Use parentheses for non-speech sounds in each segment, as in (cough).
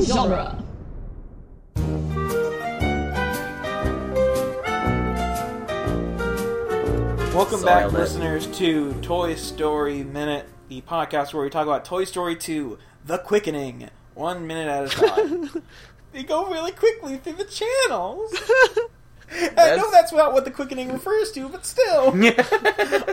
genre. Welcome Sorry, back, Lynn. listeners, to Toy Story Minute, the podcast where we talk about Toy Story 2, The Quickening, one minute at a time. (laughs) they go really quickly through the channels. I know That's- that's not what The Quickening refers to, but (laughs) still.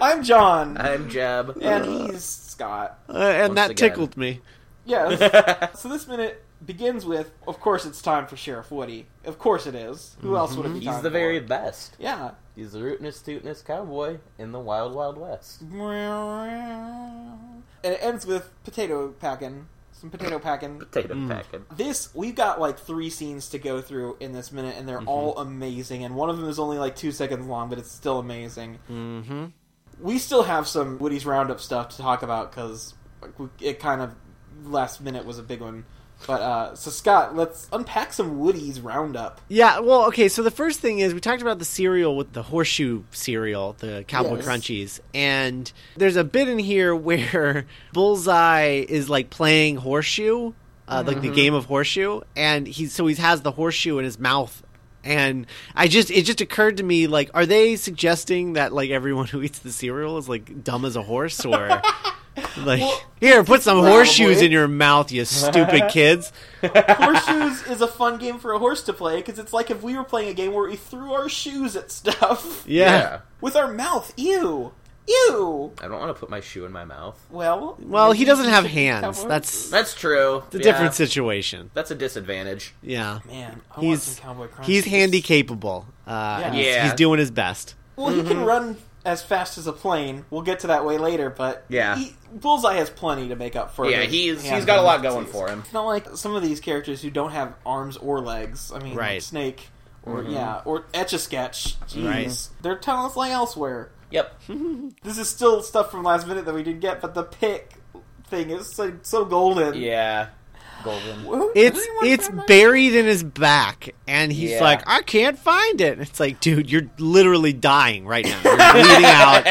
I'm John, I'm Jeb. and (laughs) he's Scott. Uh, and Once that again. tickled me. (laughs) Yes. so this minute begins with, of course, it's time for Sheriff Woody. Of course it is. Who else would it be? He's time the for? very best. yeah. He's the rootinest, tootinest cowboy in the wild, wild west. And it ends with potato packing. Some potato packing. Potato Mm. packing. This we've got like three scenes to go through in this minute, and they're Mm-hmm. all amazing. And one of them is only like two seconds long, but it's still amazing. Mm-hmm. We still have some Woody's roundup stuff to talk about because it kind of last minute was a big one. But uh, so Scott, let's unpack some Woody's roundup. Yeah, well, okay, so the first thing is we talked about the cereal with the horseshoe cereal, the Cowboy Yes. Crunchies, and there's a bit in here (laughs) where Bullseye is like playing horseshoe, uh, like the game of horseshoe, and he so he has the horseshoe in his mouth. And I just it just occurred to me like are they suggesting that like everyone (laughs) who eats the cereal is like dumb as a horse or like here put some horseshoes probably. in your mouth you stupid kids (laughs) Horseshoes is a fun game for a horse to play because it's like if we were playing a game where we threw our shoes at stuff. yeah. With our mouth. Ew. Ew. I don't want to put my shoe in my mouth. Well. Well, he maybe doesn't you (laughs) have should hands. cover- That's the That's true. a Yeah. different situation. That's a disadvantage. Yeah. man. I want He's some cowboy crunch. he's handy capable. Uh, and he's, Yeah. he's doing his best. Well, he Mm-hmm. can run as fast as a plane. We'll get to that way later, but Yeah. he, Bullseye has plenty to make up for. Yeah, his he's hand he's got a lot going deficiencies. for him. It's not like some of these characters who don't have arms or legs. I mean, like Right. Snake or Mm-hmm. yeah, or Etch a Sketch. Jeez, Right. their talents lie elsewhere. Yep. This is still stuff from last minute that we didn't get, but the pick thing is so, so golden. Yeah. Golden. Who- does It's anyone it's have that? buried in his back, and he's Yeah. like, I can't find it. It's like, dude, you're literally dying right now. You're (laughs) (laughs) (laughs) bleeding out.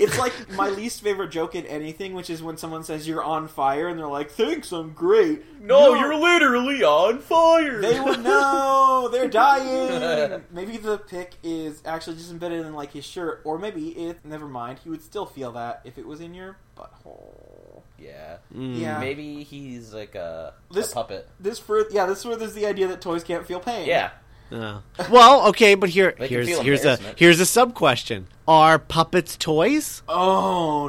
It's like my least favorite joke in anything, which is when someone says you're on fire and they're like, "Thanks, I'm great." literally on fire. They (laughs) would know they're dying. Maybe the pick is actually just embedded in like his shirt, or maybe it. Never mind. He would still feel that if it was in your butthole. Yeah. Mm. Yeah. Hmm, Maybe he's like a, a This- puppet. This for yeah. This where there's the idea that toys can't feel pain. Yeah. Uh, well, okay, but here They can here's feel here's a embarrassment. here's a sub question: Are puppets toys? Oh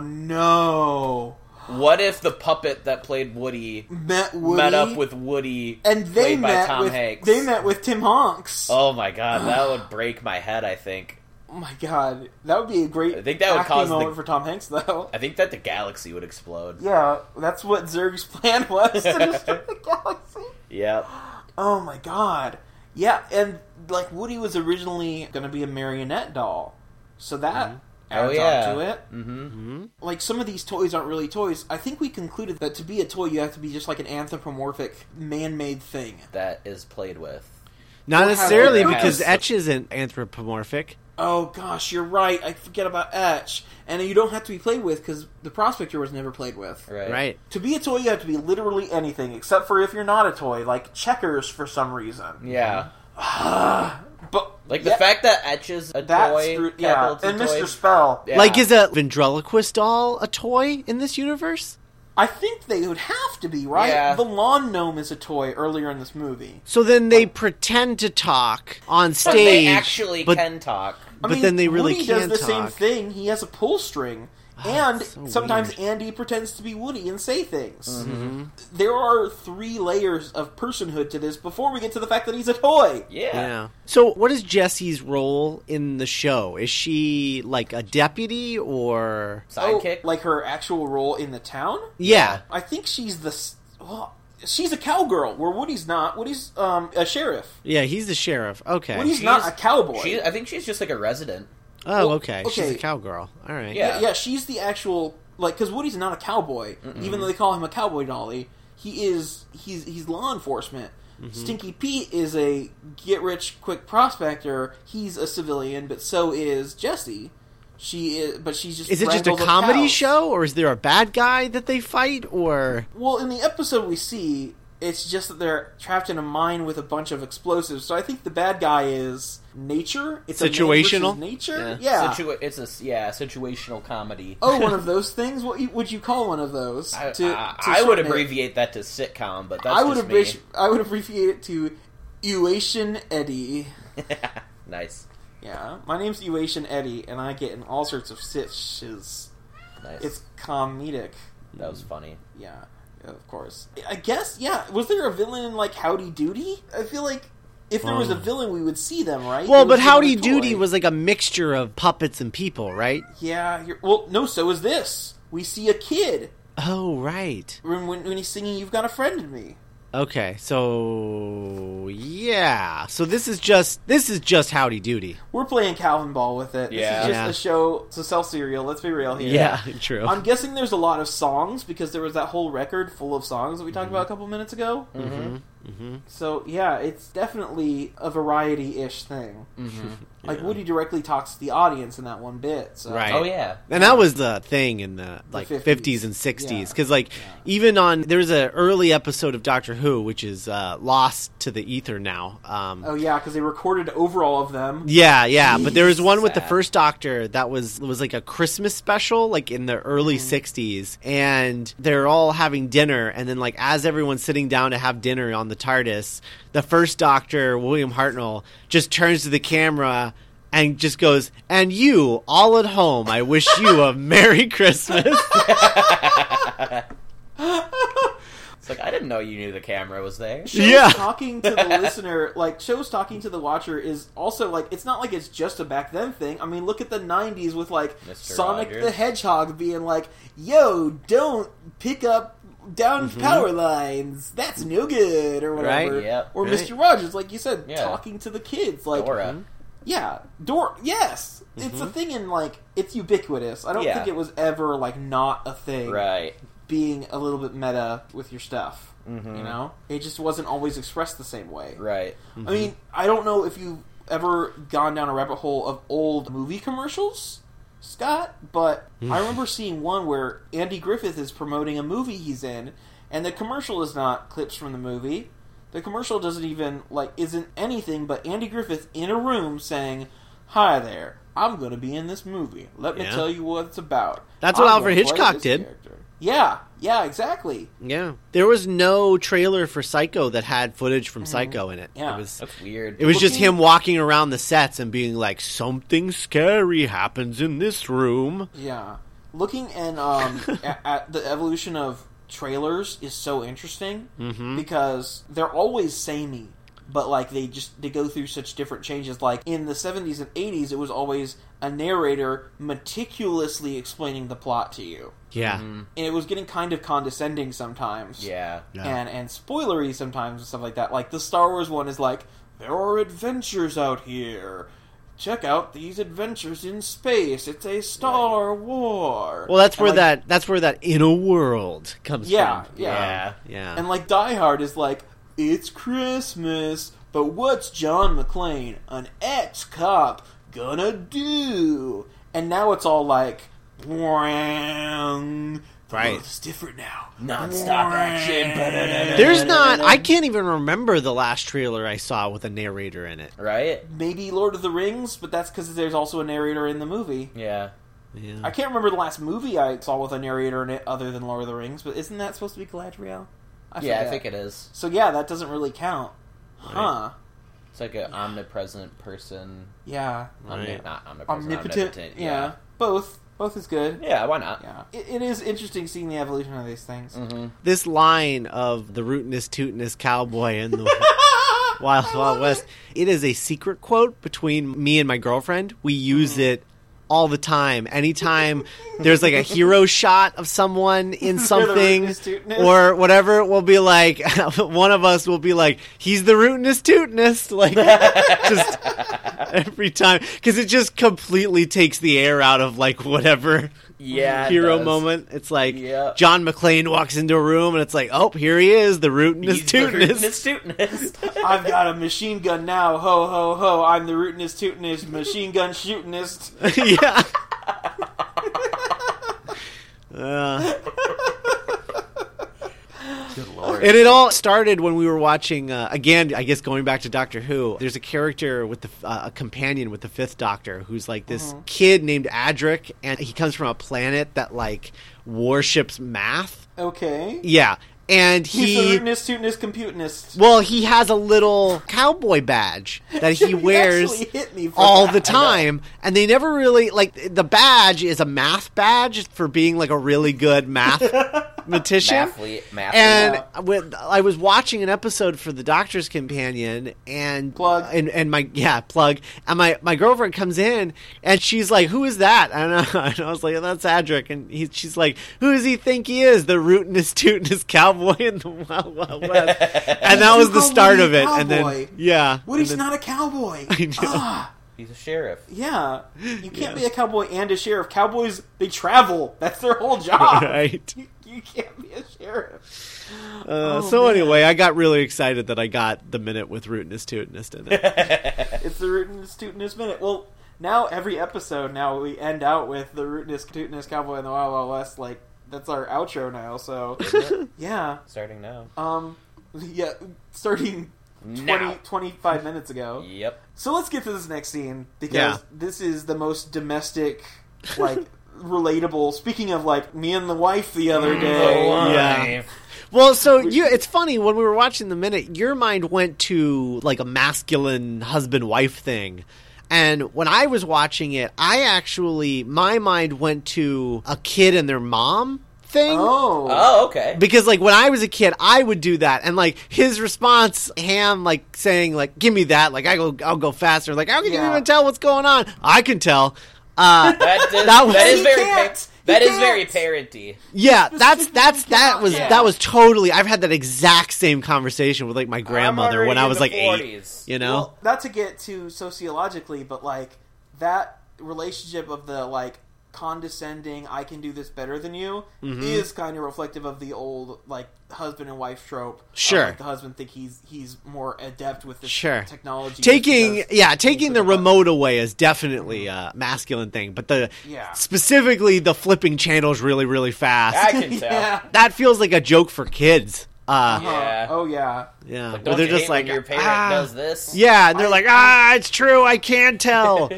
no. What if the puppet that played Woody Met Woody. met up with Woody and they played by met Tom with Hanks? they met with Tim Hanks. Oh my god, that (sighs) would break my head, I think. Oh my god, that would be a great I think that would acting cause the- moment for Tom Hanks, though. I think that the galaxy would explode. Yeah, that's what Zurg's (laughs) plan was to destroy the galaxy. Yep. Oh my god, yeah, and like Woody was originally going to be a marionette doll, so that Oh, adds yeah. on to it. Mm-hmm. Like some of these toys aren't really toys. I think we concluded that to be a toy, you have to be just like an anthropomorphic man-made thing. That is played with. Not Well, how- necessarily how- because Etch isn't anthropomorphic. Oh gosh, you're right. I forget about Etch, and you don't have to be played with because the prospector was never played with. Right. Right. To be a toy, you have to be literally anything, except for if you're not a toy, like checkers for some reason. Yeah. But Like Mm-hmm. yeah, the fact that etches a that's toy, through- capital yeah, T and toy, Mr. Spell. Yeah. Like, is a ventriloquist doll a toy in this universe? I think they would have to be right. Yeah. The lawn gnome is a toy earlier in this movie. So then they pretend to talk on But stage. they actually but- can talk. I But then they really Woody can does the same talk. Ah, thing. He has a pull string, and that's so sometimes weird. Andy pretends to be Woody and say things. Mm-hmm. There are three layers of personhood to this before we get to the fact that he's a toy. Yeah. Yeah. So, what is Jessie's role in the show? Is she like a deputy or? Sidekick. Oh, like her actual role in the town. Yeah. I think she's the s- well, she's a cowgirl. Where Woody's not. Woody's um a sheriff. Yeah, he's the sheriff. Okay. Woody's not a cowboy. She, I think she's just like a resident. oh, okay. She's okay. a cowgirl. All right. Yeah. yeah. she's the actual like because Woody's not a cowboy, even though they call him a cowboy dolly. He is he's he's law enforcement. Stinky Pete is a get rich quick prospector. He's a civilian, but so is Jesse. She is, but she's just. Is it just a wrangles of comedy cows. show, or is there a bad guy that they fight, or Well, in the episode we see, It's just that they're trapped in a mine with a bunch of explosives. So I think the bad guy is nature. It's a man Situational? versus nature. Yeah. Situa- it's a s- yeah situational comedy. (laughs) oh, one of those things. What you- would you call one of those? I, to- I, to I would shorten it? abbreviate that to sitcom, but that's I would just abbreviate. I would abbreviate it to Euatian Eddie. me. (laughs) nice, Yeah, my name's Euatian Eddie, and I get in all sorts of stitches. nice. It's comedic. that was funny. Yeah, of course. I guess. Yeah. Was there a villain in like Howdy Doody? I feel like if there was a Hmm. Um. villain, we would see them, right? Well, It was but given Howdy a toy. Doody was like a mixture of puppets and people, right? Yeah. You're, well, no. So is this. We see a kid Oh, right. when, when, when he's singing "You've Got a Friend in Me." Okay, so yeah, so this is just this is just Howdy Doody. We're playing Calvin Ball with it. Yeah. This is just Yeah. a show to sell cereal. Let's be real here. true. I'm guessing there's a lot of songs because there was that whole record full of songs that we talked Mm-hmm. about a couple minutes ago. hmm So yeah, it's definitely a variety-ish thing. hmm (laughs) Like Yeah. Woody directly talks to the audience in that one bit. So. Right. Oh yeah, And that was the thing in the like 50s. 50s and 60s Yeah. cuz like even on there was an early episode of Doctor Who which is uh lost to the ether now. Um Oh yeah, because they recorded over all of them. Yeah, yeah, but there was one with the Sad. first Doctor that was was like a Christmas special, like in the early '60s, and they're all having dinner, and then like as everyone's sitting down to have dinner on the TARDIS, the first Doctor, William Hartnell, just turns to the camera and just goes, "And you, all at home, I wish you a Merry Christmas." it's like I didn't know you knew the camera was there. Show's Yeah. talking to (laughs) the listener, like show's talking to the watcher, is also like it's not like it's just a back then thing. I mean, look at the '90s with like Mr. Sonic Rogers. the Hedgehog being like, "Yo, don't pick up down Mm-hmm. power lines. That's no good," or whatever. Right, yep, Or right. Mr. Rogers, like you said, Yeah. talking to the kids, like mm-hmm. Dora. Mm-hmm. Yeah, door. Yes, it's a thing in like it's ubiquitous. I don't Yeah. think it was ever like not a thing. Right. Being a little bit meta with your stuff, Mhm. you know, it just wasn't always expressed the same way. Right. I mean, I don't know if you've ever gone down a rabbit hole of old movie commercials, Scott, but Hmm. I remember seeing one where Andy Griffith is promoting a movie he's in, and the commercial is not clips from the movie. The commercial doesn't even, like, isn't anything but Andy Griffith in a room saying, Hi there, I'm going to be in this movie. Let me Yeah. tell you what it's about. That's what I'm Alfred gonna play Hitchcock this did. character." Yeah, yeah, exactly. yeah, there was no trailer for Psycho that had footage from Psycho in it. Yeah. It was That's weird. It was just Looking- him walking around the sets and being like, "Something scary happens in this room." Yeah, looking and um, at, at the evolution of trailers is so interesting Mm-hmm. because they're always samey, but like they just they go through such different changes. Like in the seventies and eighties, it was always a narrator meticulously explaining the plot to you, Yeah. Mhm. and it was getting kind of condescending sometimes Yeah. Yeah. and and spoilery sometimes and stuff like that. Like the Star Wars one is like there are adventures out here. Check out these adventures in space. It's a Star War. Well, that's And, where like- that that's where that inner world comes Yeah, from. yeah, Yeah. Yeah. And like Die Hard is like it's Christmas, but what's John McClane, an ex-cop, gonna do? And now it's all like, right? Right. It's different now. Non-stop action. There's not. I can't even remember the last trailer I saw with a narrator in it. Right. maybe Lord of the Rings, but that's because there's also a narrator in the movie. Yeah. I Yeah. can't remember the last movie I saw with a narrator in it other than Lord of the Rings, but isn't that supposed to be Galadriel? I yeah, I forget. think it is. So yeah, that doesn't really count, huh? It's like an omnipresent person. Yeah, Omni- Right. Not omnipresent. omnipotent. omnipotent, Yeah. both both is good. Yeah. Why not? Yeah, it, it is interesting seeing the evolution of these things. (laughs) hmm This line of the rootinest tootinest cowboy (laughs) in the Wild I love Wild West. it. it is a secret quote between me and my girlfriend. We use Mm-hmm. it all the time. Anytime there's like a (laughs) hero shot of someone in something rootinest, tootinest. or whatever, we'll be like, (laughs) one of us will be like, he's the rootinest tootinest. (laughs) Like, Mm-hmm. just (laughs) every time. Because it just completely takes the air out of like whatever (laughs) Yeah. it hero does. moment. It's like Yeah. John McClane walks into a room and it's like, oh, here he is, the rootinest He's the tootinest. rootinest, tootinest. (laughs) I've got a machine gun now, ho ho ho! I'm the rootinest, tootinest, machine gun shootinest. (laughs) (laughs) yeah. Uh, Good lord. And it all started when we were watching, uh, again, I guess going back to Doctor Who, there's a character with the, uh, a companion with the fifth Doctor who's like this Mm-hmm. kid named Adric, and he comes from a planet that like worships math. Okay. Yeah. And He's he. the rootness, tootness, computeness. Well, he has a little cowboy badge (laughs) that he wears actually hit me for all that. the time, and they never really like the badge is a math badge for being like a really good (laughs) mathematician. Mathlete, mathlete. And with, I was watching an episode for the Doctor's Companion, and Plug. and, and my yeah plug, and my, my girlfriend comes in, and she's like, "Who is that?" And I, (laughs) and I was like, "That's Adric," and he, she's like, "Who does he think he is? The rootinest, tootinest cowboy in the Wild Wild (laughs) West?" and that was the start of it. And then Cowboy. yeah, Woody's (laughs) and then- not a cowboy. I know. Ah, He's a sheriff. yeah. You can't Yeah. be a cowboy and a sheriff. Cowboys, they travel. That's their whole (laughs) job. right. (laughs) You, you can't be a sheriff. Oh, Uh, so man. anyway, I got really excited that I got the minute with rootinest, tootinest in (laughs) it. (laughs) It's the rootinest, tootinest minute. Well, now every episode, now we end out with the rootinest, tootinest cowboy in the Wild Wild West. Like, that's our outro now, so. yeah. Starting now. Um, (laughs) yeah, starting 20, Now. 25 minutes ago. Yep. So let's get to this next scene because Yeah. this is the most domestic, (laughs) like relatable. Speaking of like me and the wife the other day, Mm, Oh, Oh. yeah. Well, so you it's funny when we were watching the minute, your mind went to like a masculine husband wife thing. And when I was watching it, I actually my mind went to a kid and their mom thing. oh, Oh, okay. Because like when I was a kid, I would do that, and like his response, Ham, like saying like "Give me that," like I go, I'll go faster. Like how can you Yeah. even tell what's going on? I can tell. Uh, (laughs) That is, That was- that is He very can't. pa- He that is can't. very parenty. Yeah, Just that's freaking that's that God, was yeah. that was totally. I've had that exact same conversation with like my grandmother already when I in was the like eight. 40s. You know, Well, not to get too sociologically, but like that relationship of the like condescending, I can do this better than you, Mm-hmm. is kind of reflective of the old like husband and wife trope. of, Sure. like, the husband think he's he's more adept with this Sure. technology. taking because- yeah, taking the because of- remote away is definitely a Mm-hmm. masculine thing, but the Yeah. specifically the flipping channels really really fast. I can tell. (laughs) Yeah. (laughs) that feels like a joke for kids. Uh, Yeah. yeah, Oh yeah. where Don't they're you just hate like when your parent "Ah." does this. Yeah, and they're I- like, ah, it's true. I (laughs) can tell.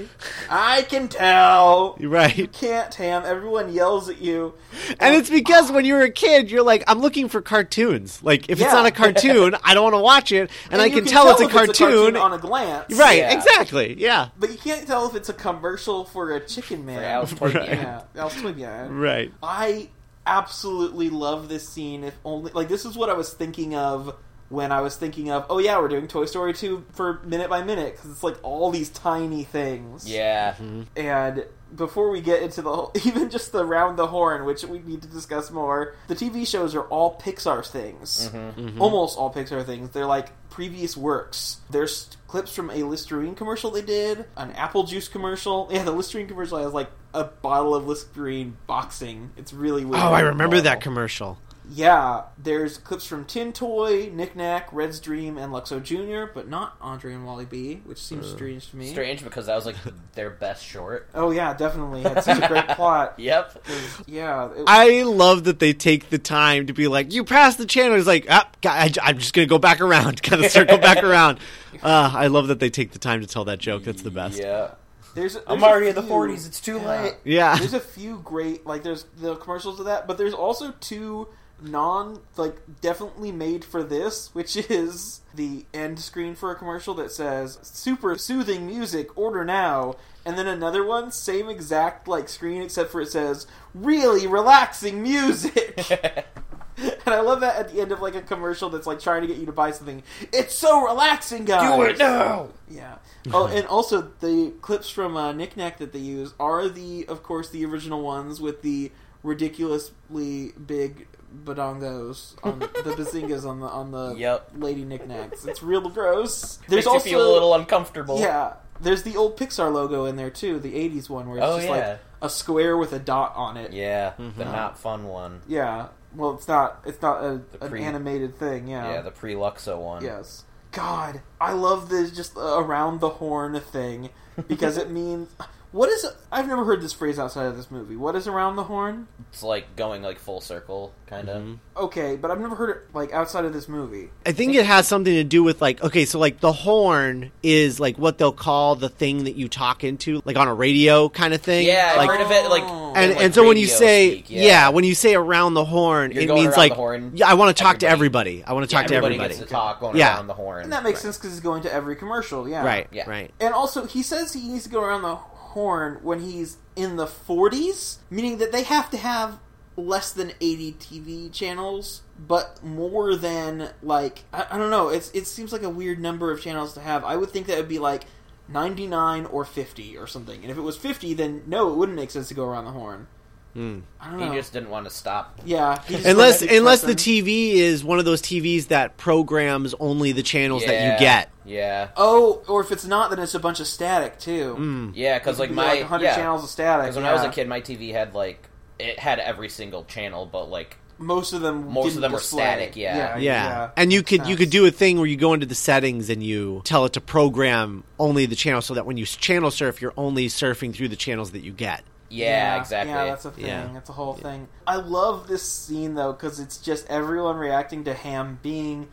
I can tell. You're right. You can't, Ham. Everyone yells at you. And it's because when you were a kid, you're like, I'm looking for cartoons. Like, if it's Yeah. not a cartoon, I don't want to watch it. And, I you can, tell, it's, a if cartoon. on a glance. right, Yeah. exactly. Yeah. But you can't tell if it's a commercial for a chicken man. Al's Right. (laughs) Twinkie. yeah, Al's Twinkie, yeah. Right. I absolutely love this scene. If only like this is what I was thinking of when I was thinking of, oh yeah, we're doing Toy Story two for minute by minute because it's like all these tiny things. Yeah. And before we get into the whole, (laughs) even just the round the horn, which we need to discuss more, the TV shows are all Pixar things. Mm-hmm. Almost all Pixar things. They're like previous works. There's clips from a Listerine commercial they did, an apple juice commercial. (laughs) Yeah, the Listerine commercial has like a bottle of Listerine boxing. It's really weird. Oh, I remember that Wow. commercial. Yeah, there's clips from Tin Toy, Knick Knack, Red's Dream, and Luxo Jr., but not Andre and Wally B, which seems strange to me. Uh, Strange because that was like their best short. Oh yeah, definitely. That's a (laughs) great plot. Yep. Yeah, it- I love that they take the time to be like, you passed the channel. It's like, ah, God, I, I'm just going to go back around, (laughs) kind of circle back around. Uh, I love that they take the time to tell that joke. That's the best. Yeah. There's, there's I'm a already in the few- 40s. It's too yeah. (laughs) late. Yeah. There's a few great like there's the commercials of that, but there's also two non like definitely made for this, which (laughs) is the end screen for a commercial that says super soothing music, order now, and then another one same exact like screen except for it says really relaxing (laughs) music. (laughs) And I love that at the end of like a commercial that's like trying to get you to buy something. It's so relaxing, guys. Do it now. Yeah. Oh, and also the clips from uh, Knick Knack that they use are the, of course, the original ones with the ridiculously big badongos (laughs) on the bazingas on the on the Yep. lady Knick Knacks. It's real gross. Makes There's also you feel a little uncomfortable. yeah. There's the old Pixar logo in there too, the '80s one where it's Oh, just yeah. like a square with a dot on it. Yeah. Mm-hmm. The not fun one. Yeah. Well, it's not. It's not a, The an pre- animated thing. Yeah. the pre Luxo one. Yes. (laughs) God, I love this just around the horn thing because it means What is? I've never heard this phrase outside of this movie. What is around the horn? It's like going like full circle, kind Mm-hmm. of. Okay, but I've never heard it like outside of this movie. I think it has something to do with like okay, so like the horn is like what they'll call the thing that you talk into, like on a radio kind of thing. Yeah, I've like heard of it. Like, Oh. in, and like, and so when you radio say speak, yeah. when you say around the horn, You're it going means around like the horn. yeah, I want to talk to Everybody. everybody. I want to Yeah, talk to everybody, everybody. gets to talk going Yeah. around the horn, And that makes Right. sense because he's going to every commercial. Yeah, Right, Yeah. right. And also, he says he needs to go around the horn when he's in the 40s, meaning that they have to have less than 80 TV channels, but more than like I, I don't know. It's it seems like a weird number of channels to have. I would think that would be like 99 or 50 or something. And if it was 50, then no, it wouldn't make sense to go around the horn. Hmm. I don't He know. just didn't want to stop. yeah, (laughs) he just Unless had to be unless the pressing. TV is one of those TVs that programs only the channels that Yeah. you get. Yeah, Oh, or if it's not, then it's a bunch of static too. Mm. yeah, because It could like be, my like 100 yeah, channels of static. Because Hmm. when I was a yeah. kid, my TV had like it had every single channel, but like most of them Most of didn't them were display. static, yeah, yeah. Yeah. and you could you could Nice. do a thing where you go into the settings and you tell it to program only the channel so that when you s- channel surf, you're only surfing through the channels that you get. yeah, exactly. Yeah, that's a thing. Yeah. That's a whole thing. I love this scene though because it's just everyone reacting to Ham being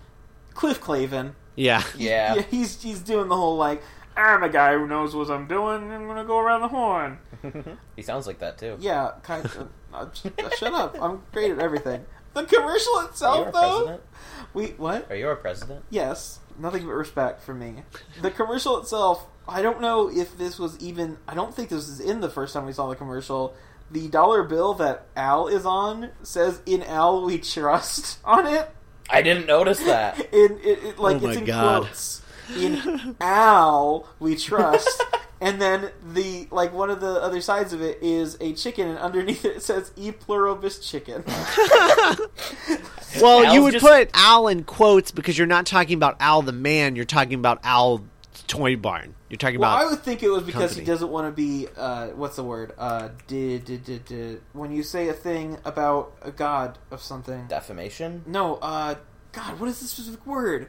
Cliff Clavin. Yeah, yeah. (laughs) yeah, he's he's doing the whole like I'm a guy who knows what I'm doing. I'm gonna go around the horn. he sounds like that too. Yeah, kind (laughs) uh, uh, sh- uh, shut up. I'm great at everything. The commercial Are you itself our though. president? We what? Are you our president? Yes, nothing but respect for me. The commercial itself, I don't know if this was even. I don't think this was in the first time we saw the commercial. The dollar bill that Al is on says "In Al We Trust" (laughs) on it. I didn't notice (laughs) that. In it, it like Oh my it's in God. quotes. In Al We (laughs) Trust. And then the like one of the other sides of it is a chicken, and underneath it says "E pluribus chicken." (laughs) well, Al's you would just- put Al in quotes because you're not talking about Al the man. You're talking about Al Toy Barn. You're talking Well, I about would think it was because company. he doesn't want to be. Uh, what's the word? Uh, did, did, did, did. When you say a thing about a god of something. Defamation. No, uh, God, what is the specific word?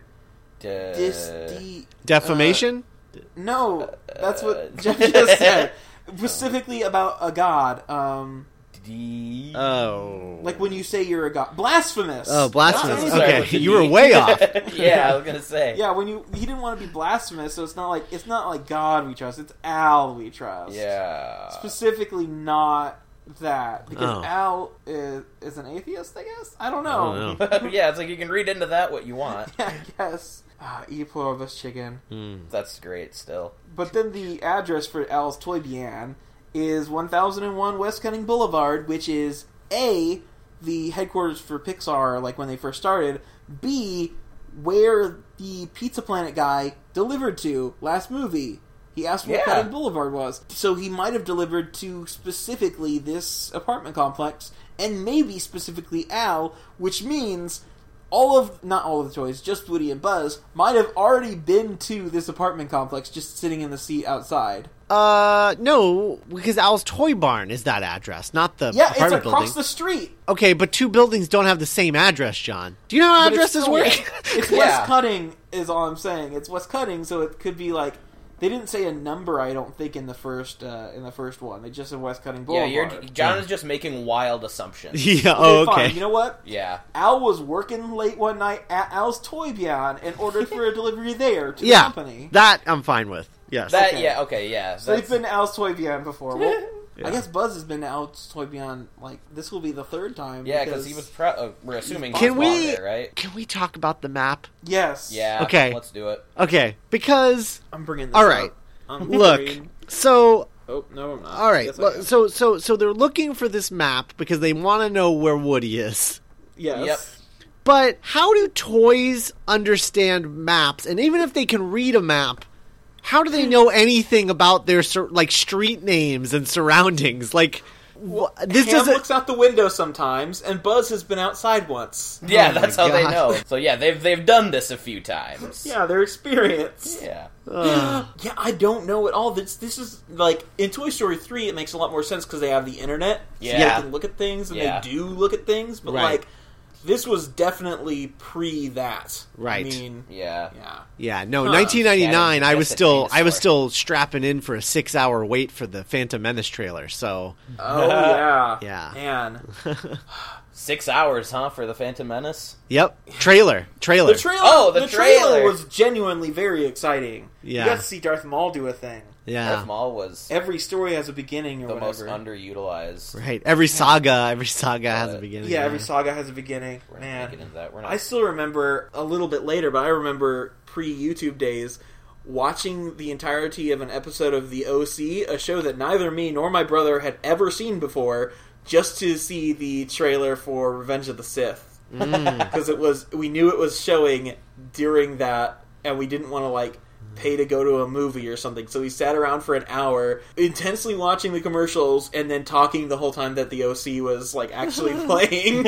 D- Dis. de- defamation. uh, no, that's Uh, Uh, what Jeff just said. Specifically about a god. Um, D- oh, like when you say you're a god. Blasphemous! oh, blasphemous. That's Sorry, what it Okay, with the (laughs) you were D. way off. yeah, I was gonna say. was. Yeah, when you. He didn't want to be blasphemous, so it's not like. It's not like God we trust, it's Al we trust. Yeah. specifically not that because Oh. Al is, is an atheist. I guess I don't know. I (laughs) don't yeah, it's like you can read into that what you want. yeah, (laughs) I guess uh, e pluribus chicken. Hmm. That's great. Still, But then the address for Al's toy bian is 1001 West Cunning Boulevard, which is a the headquarters for Pixar, like when they first started. B where the Pizza Planet guy delivered to last movie. He asked where Yeah. Cutting Boulevard was. So he might have delivered to specifically this apartment complex and maybe specifically Al, which means all of not all of the toys, just Woody and Buzz might have already been to this apartment complex just sitting in the seat outside. Uh, no, because Al's Toy Barn is that address, not the Yeah, it's apartment across building. the street. (laughs) Okay, but two buildings don't have the same address, John. Do you know how but it's addresses still- work? (laughs) It's Yeah. West Cutting is all I'm saying. It's West Cutting, so it could be like they didn't say a number. I don't think in the first uh, in the first one. They just said West Cutting yeah, Boulevard. you're John is just making wild assumptions. yeah. Oh, Okay, fine. okay. You know what? yeah, Al was working late one night at Al's Toy Beyond and ordered (laughs) for a delivery there to yeah, the company. that I'm fine with. Yes. that Okay. yeah okay yeah. So they've that's- been to Al's Toy Beyond before. (laughs) Well, Yeah. I guess Buzz has been to Al's Toy Beyond. Like this will be the third time. yeah because he was pro- uh, we're assuming Can he's we- blonde there, right? Can we talk about the map? Yes. Yeah. Okay. Let's do it. Okay, because I'm bringing. This All right. up. I'm look, green. so Oh no, I'm not. all right, Yes, I look, am. so so so they're looking for this map because they want to know where Woody is. yes. But how do toys understand maps? And even if they can read a map, how do they know anything about their sur- like street names and surroundings? Like wh- this Ham doesn't. looks out the window sometimes, and Buzz has been outside once. Yeah, Oh my that's how they God. know. So yeah, they've they've done this a few times. Yeah, their experience. Yeah. (gasps) Ugh. (gasps) yeah, I don't know at all. This this is like in Toy Story three, it makes a lot more sense because they have the internet. so Yeah. they can look at things and Yeah. they do look at things. But Right. like This was definitely pre that. Right. I mean, Yeah. yeah. Yeah, no, Huh. 1999. Yeah, I was that's a still, I was dinosaur. still strapping in for a six-hour wait for the Phantom Menace trailer. So, Oh (laughs) yeah. Yeah. Man, Six hours, huh, for the Phantom Menace? yep, trailer, trailer. the trailer. Oh, the trailer. was genuinely very exciting. Yeah. You got to see Darth Maul do a thing. yeah, Darth Maul was Every story has a beginning or the most whatever. underutilized. right. Every saga, every saga has a Uh, beginning. yeah, every saga has a beginning. We're not Man, gonna get into that. We're not. I still remember a little bit later, but I remember pre YouTube days watching the entirety of an episode of The OC, a show that neither me nor my brother had ever seen before, just to see the trailer for Revenge of the Sith. (laughs) Because it was, we knew it was showing during that, and we didn't want to like pay to go to a movie or something. So we sat around for an hour, intensely watching the commercials, and then talking the whole time that the OC was like actually playing.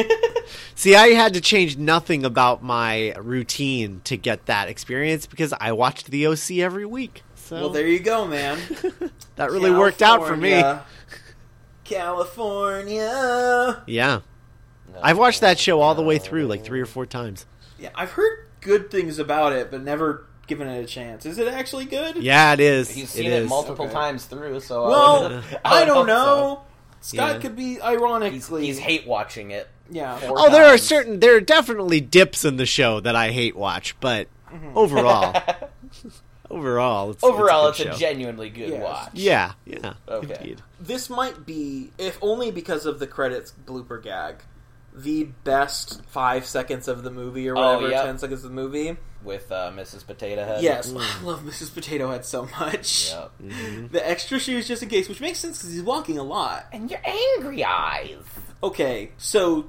See, I had to change nothing about my routine to get that experience because I watched the OC every week. So well, there you go, man. (laughs) that really worked out for me. Yeah. California. California. no, I've watched that show all the way no. through like three or four times. Yeah, I've heard good things about it, but never given it a chance. Is it actually good? Yeah, it is. He's seen it it, is. multiple Okay. times through, so uh, (laughs) I would- Well, I would don't hope know. Scott Yeah. could be so. He's, ironically. he's hate watching (laughs) it. Yeah. Four Oh, there are times. certain, there are definitely dips in the show that I hate watch, but (laughs) overall, overall, it's, Overall, it's, it's a, a, good show. genuinely good Yes. watch. Yeah, yeah, Okay. indeed. This might be, if only because of the credits blooper gag, the best five seconds of the movie or Oh, whatever, yep. ten seconds of the movie. With uh, Mrs. Potato Head. Yes, (laughs) I love Mrs. Potato Head so much. Yep. The extra shoes just in case, which makes sense because he's walking a lot. And your angry eyes. Okay, so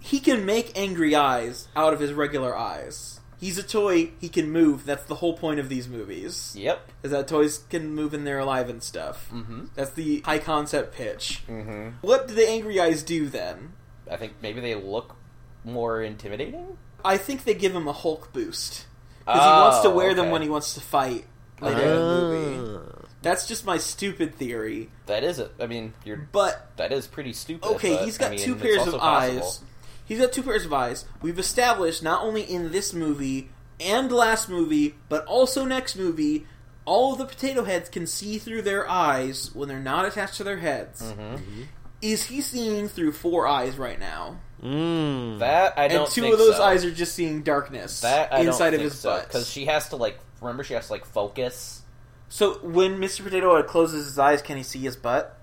he can make angry eyes out of his regular eyes. He's a toy, he can move. That's the whole point of these movies. Yep. Is that toys can move and they're alive and stuff. Mhm. That's the high concept pitch. Mm-hmm. What do the angry eyes do then? I think maybe they look more intimidating. I think they give him a Hulk boost. Because he wants to Oh, wear them okay. when he wants to fight later in the movie. Ah. That's just my stupid theory. That is it. I mean, you're But that is pretty stupid. Okay, but, he's I got mean, two it's pairs also of possible. eyes. He's got two pairs of eyes. We've established not only in this movie and last movie, but also next movie, all of the potato heads can see through their eyes when they're not attached to their heads. Hmm. Mm-hmm. Is he seeing through four eyes right now? Mm. That I don't. And two think of those so. eyes are just seeing darkness that I inside don't of think his so, butt. because she has to like. Remember, she has to like focus. So when Mr. Potato Head closes his eyes, can he see his butt?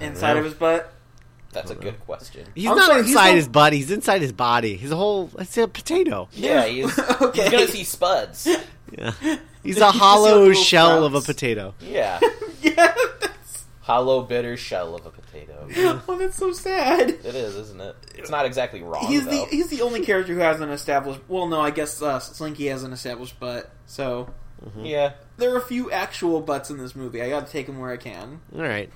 Inside know. of his butt? That's a good question. He's I'm not sorry, he's inside not- his body. He's inside his body. He's a whole. It's a potato. Yeah, (laughs) he's, Okay. he's gonna see spuds. Yeah. He's (laughs) He's a just a hollow little shell of a sprouts. potato. Yeah, (laughs) yeah, that's, hollow, bitter shell of a potato. oh, that's so sad. It is, isn't it? It's not exactly wrong He's though. the he's the only character who has an established. Well, no, I guess uh, Slinky has an established butt. So (laughs) yeah, there are a few actual butts in this movie. I got to take them where I can. (laughs) All right.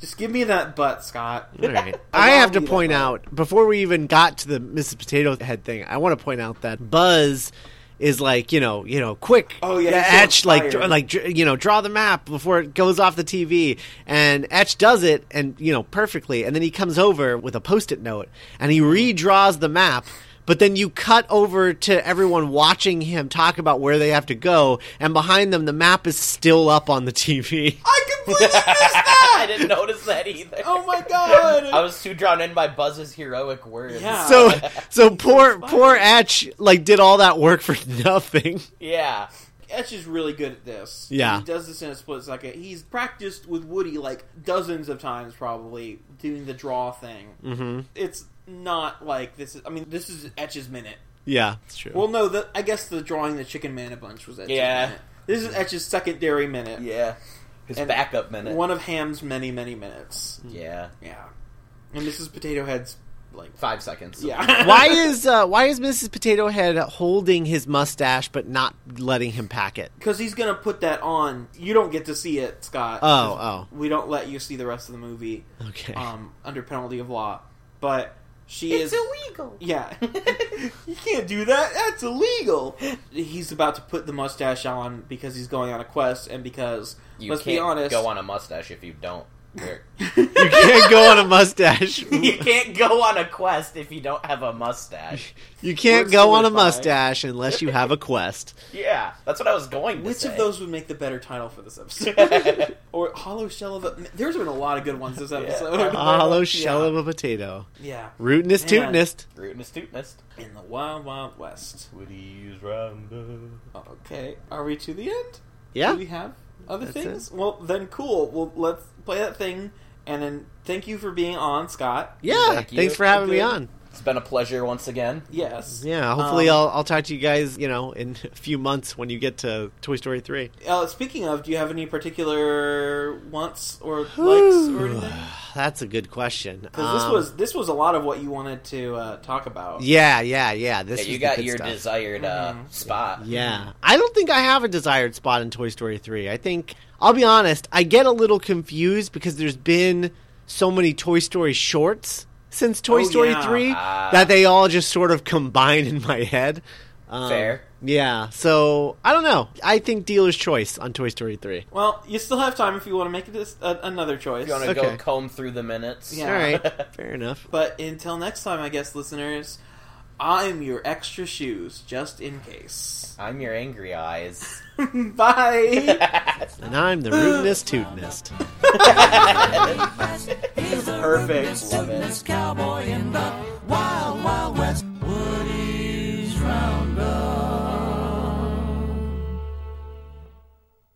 Just give me that butt, Scott. All right. I I have to love you, point though. out before we even got to the Mrs. Potato Head thing, I want to point out that Buzz is like you know you know quick Oh, yeah, he's so etch like dr- inspired. like dr- you know draw the map before it goes off the tv and etch does it and you know perfectly and then he comes over with a post-it note and he redraws the map but then you cut over to everyone watching him talk about where they have to go and behind them the map is still up on the (laughs) tv I completely (laughs) missed I that. didn't notice that either. Oh my god. I was too drawn in by Buzz's heroic words. Yeah. (laughs) so Uh, so poor inspired. poor Etch like did all that work for (laughs) nothing. yeah. Etch is really good at this. Yeah. he does this in a split second. He's practiced with Woody like dozens of times, probably doing the draw thing. Mm-hmm. It's not like this is. I mean, this is Etch's minute. Yeah, it's true. Well, no, the, I guess the drawing the chicken man a bunch was Etch's Yeah. minute. This is Etch's secondary minute. Yeah. His And backup minute. One of Ham's many, many minutes. yeah. Yeah. And Mrs. Potato Head's, like, Five (laughs) seconds. (laughs) yeah. (laughs) why is uh, why is Mrs. Potato Head holding his mustache but not letting him pack it? Because he's going to put that on. You don't get to see it, Scott. Oh, We don't let you see the rest of the movie oh, okay. um, under penalty of law. But she is. illegal. Yeah. (laughs) you can't do that. That's illegal. He's about to put the mustache on because he's going on a quest and because, You let's can't be honest. (laughs) go on a mustache if you don't Eric. (laughs) You can't go on a mustache. (laughs) you can't go on a quest if you don't have (laughs) a mustache. You can't Works go on a with mine. mustache unless you have a quest. Yeah, that's what I was going to Which say. of those would make the better title for this (laughs) episode? (laughs) or Hollow Shell of a. There's been a lot of good ones this episode. (laughs) Yeah. A hollow shell of a potato. (laughs) Yeah. Rootinest Man. tootinest. Rootinest, tootinest. In the Wild Wild West. Woody's Roundup. Okay. Are we to the end? Do Yeah. we have other That's things? Well, then cool. Well, let's play that thing. And then thank you for being on, Scott. Yeah. Thank you. Thanks for having me Good. on. It's been a pleasure once again. Yes. Yeah. Hopefully, Um, I'll I'll talk to you guys. You know, in a few months when you get to Toy Story three. Uh, speaking of, do you have any particular wants or likes or anything? (sighs) That's a good question. Because this Um, was this was a lot of what you wanted to uh, talk about. Yeah. Yeah. Yeah. This Yeah, was you the got good your stuff. desired uh, Mhm. spot. Yeah. I don't think I have a desired spot in Toy Story 3. I think, I'll be honest, I get a little confused because there's been so many Toy Story shorts since Toy Oh, Story yeah. 3 Ah. that they all just sort of combine in my head. Um, Fair. Yeah. So, I don't know. I think dealer's choice on Toy Story 3. Well, you still have time if you want to make a, dis- a, another choice. If you want to Okay. go comb through the minutes. Yeah. (laughs) All right. Fair enough. But until next time, I guess, listeners, I'm your extra shoes, just in case. (laughs) I'm your angry eyes. Bye. And I'm the rootinest tootinest. He's a Perfect. ruthless, Love it. ruthless cowboy in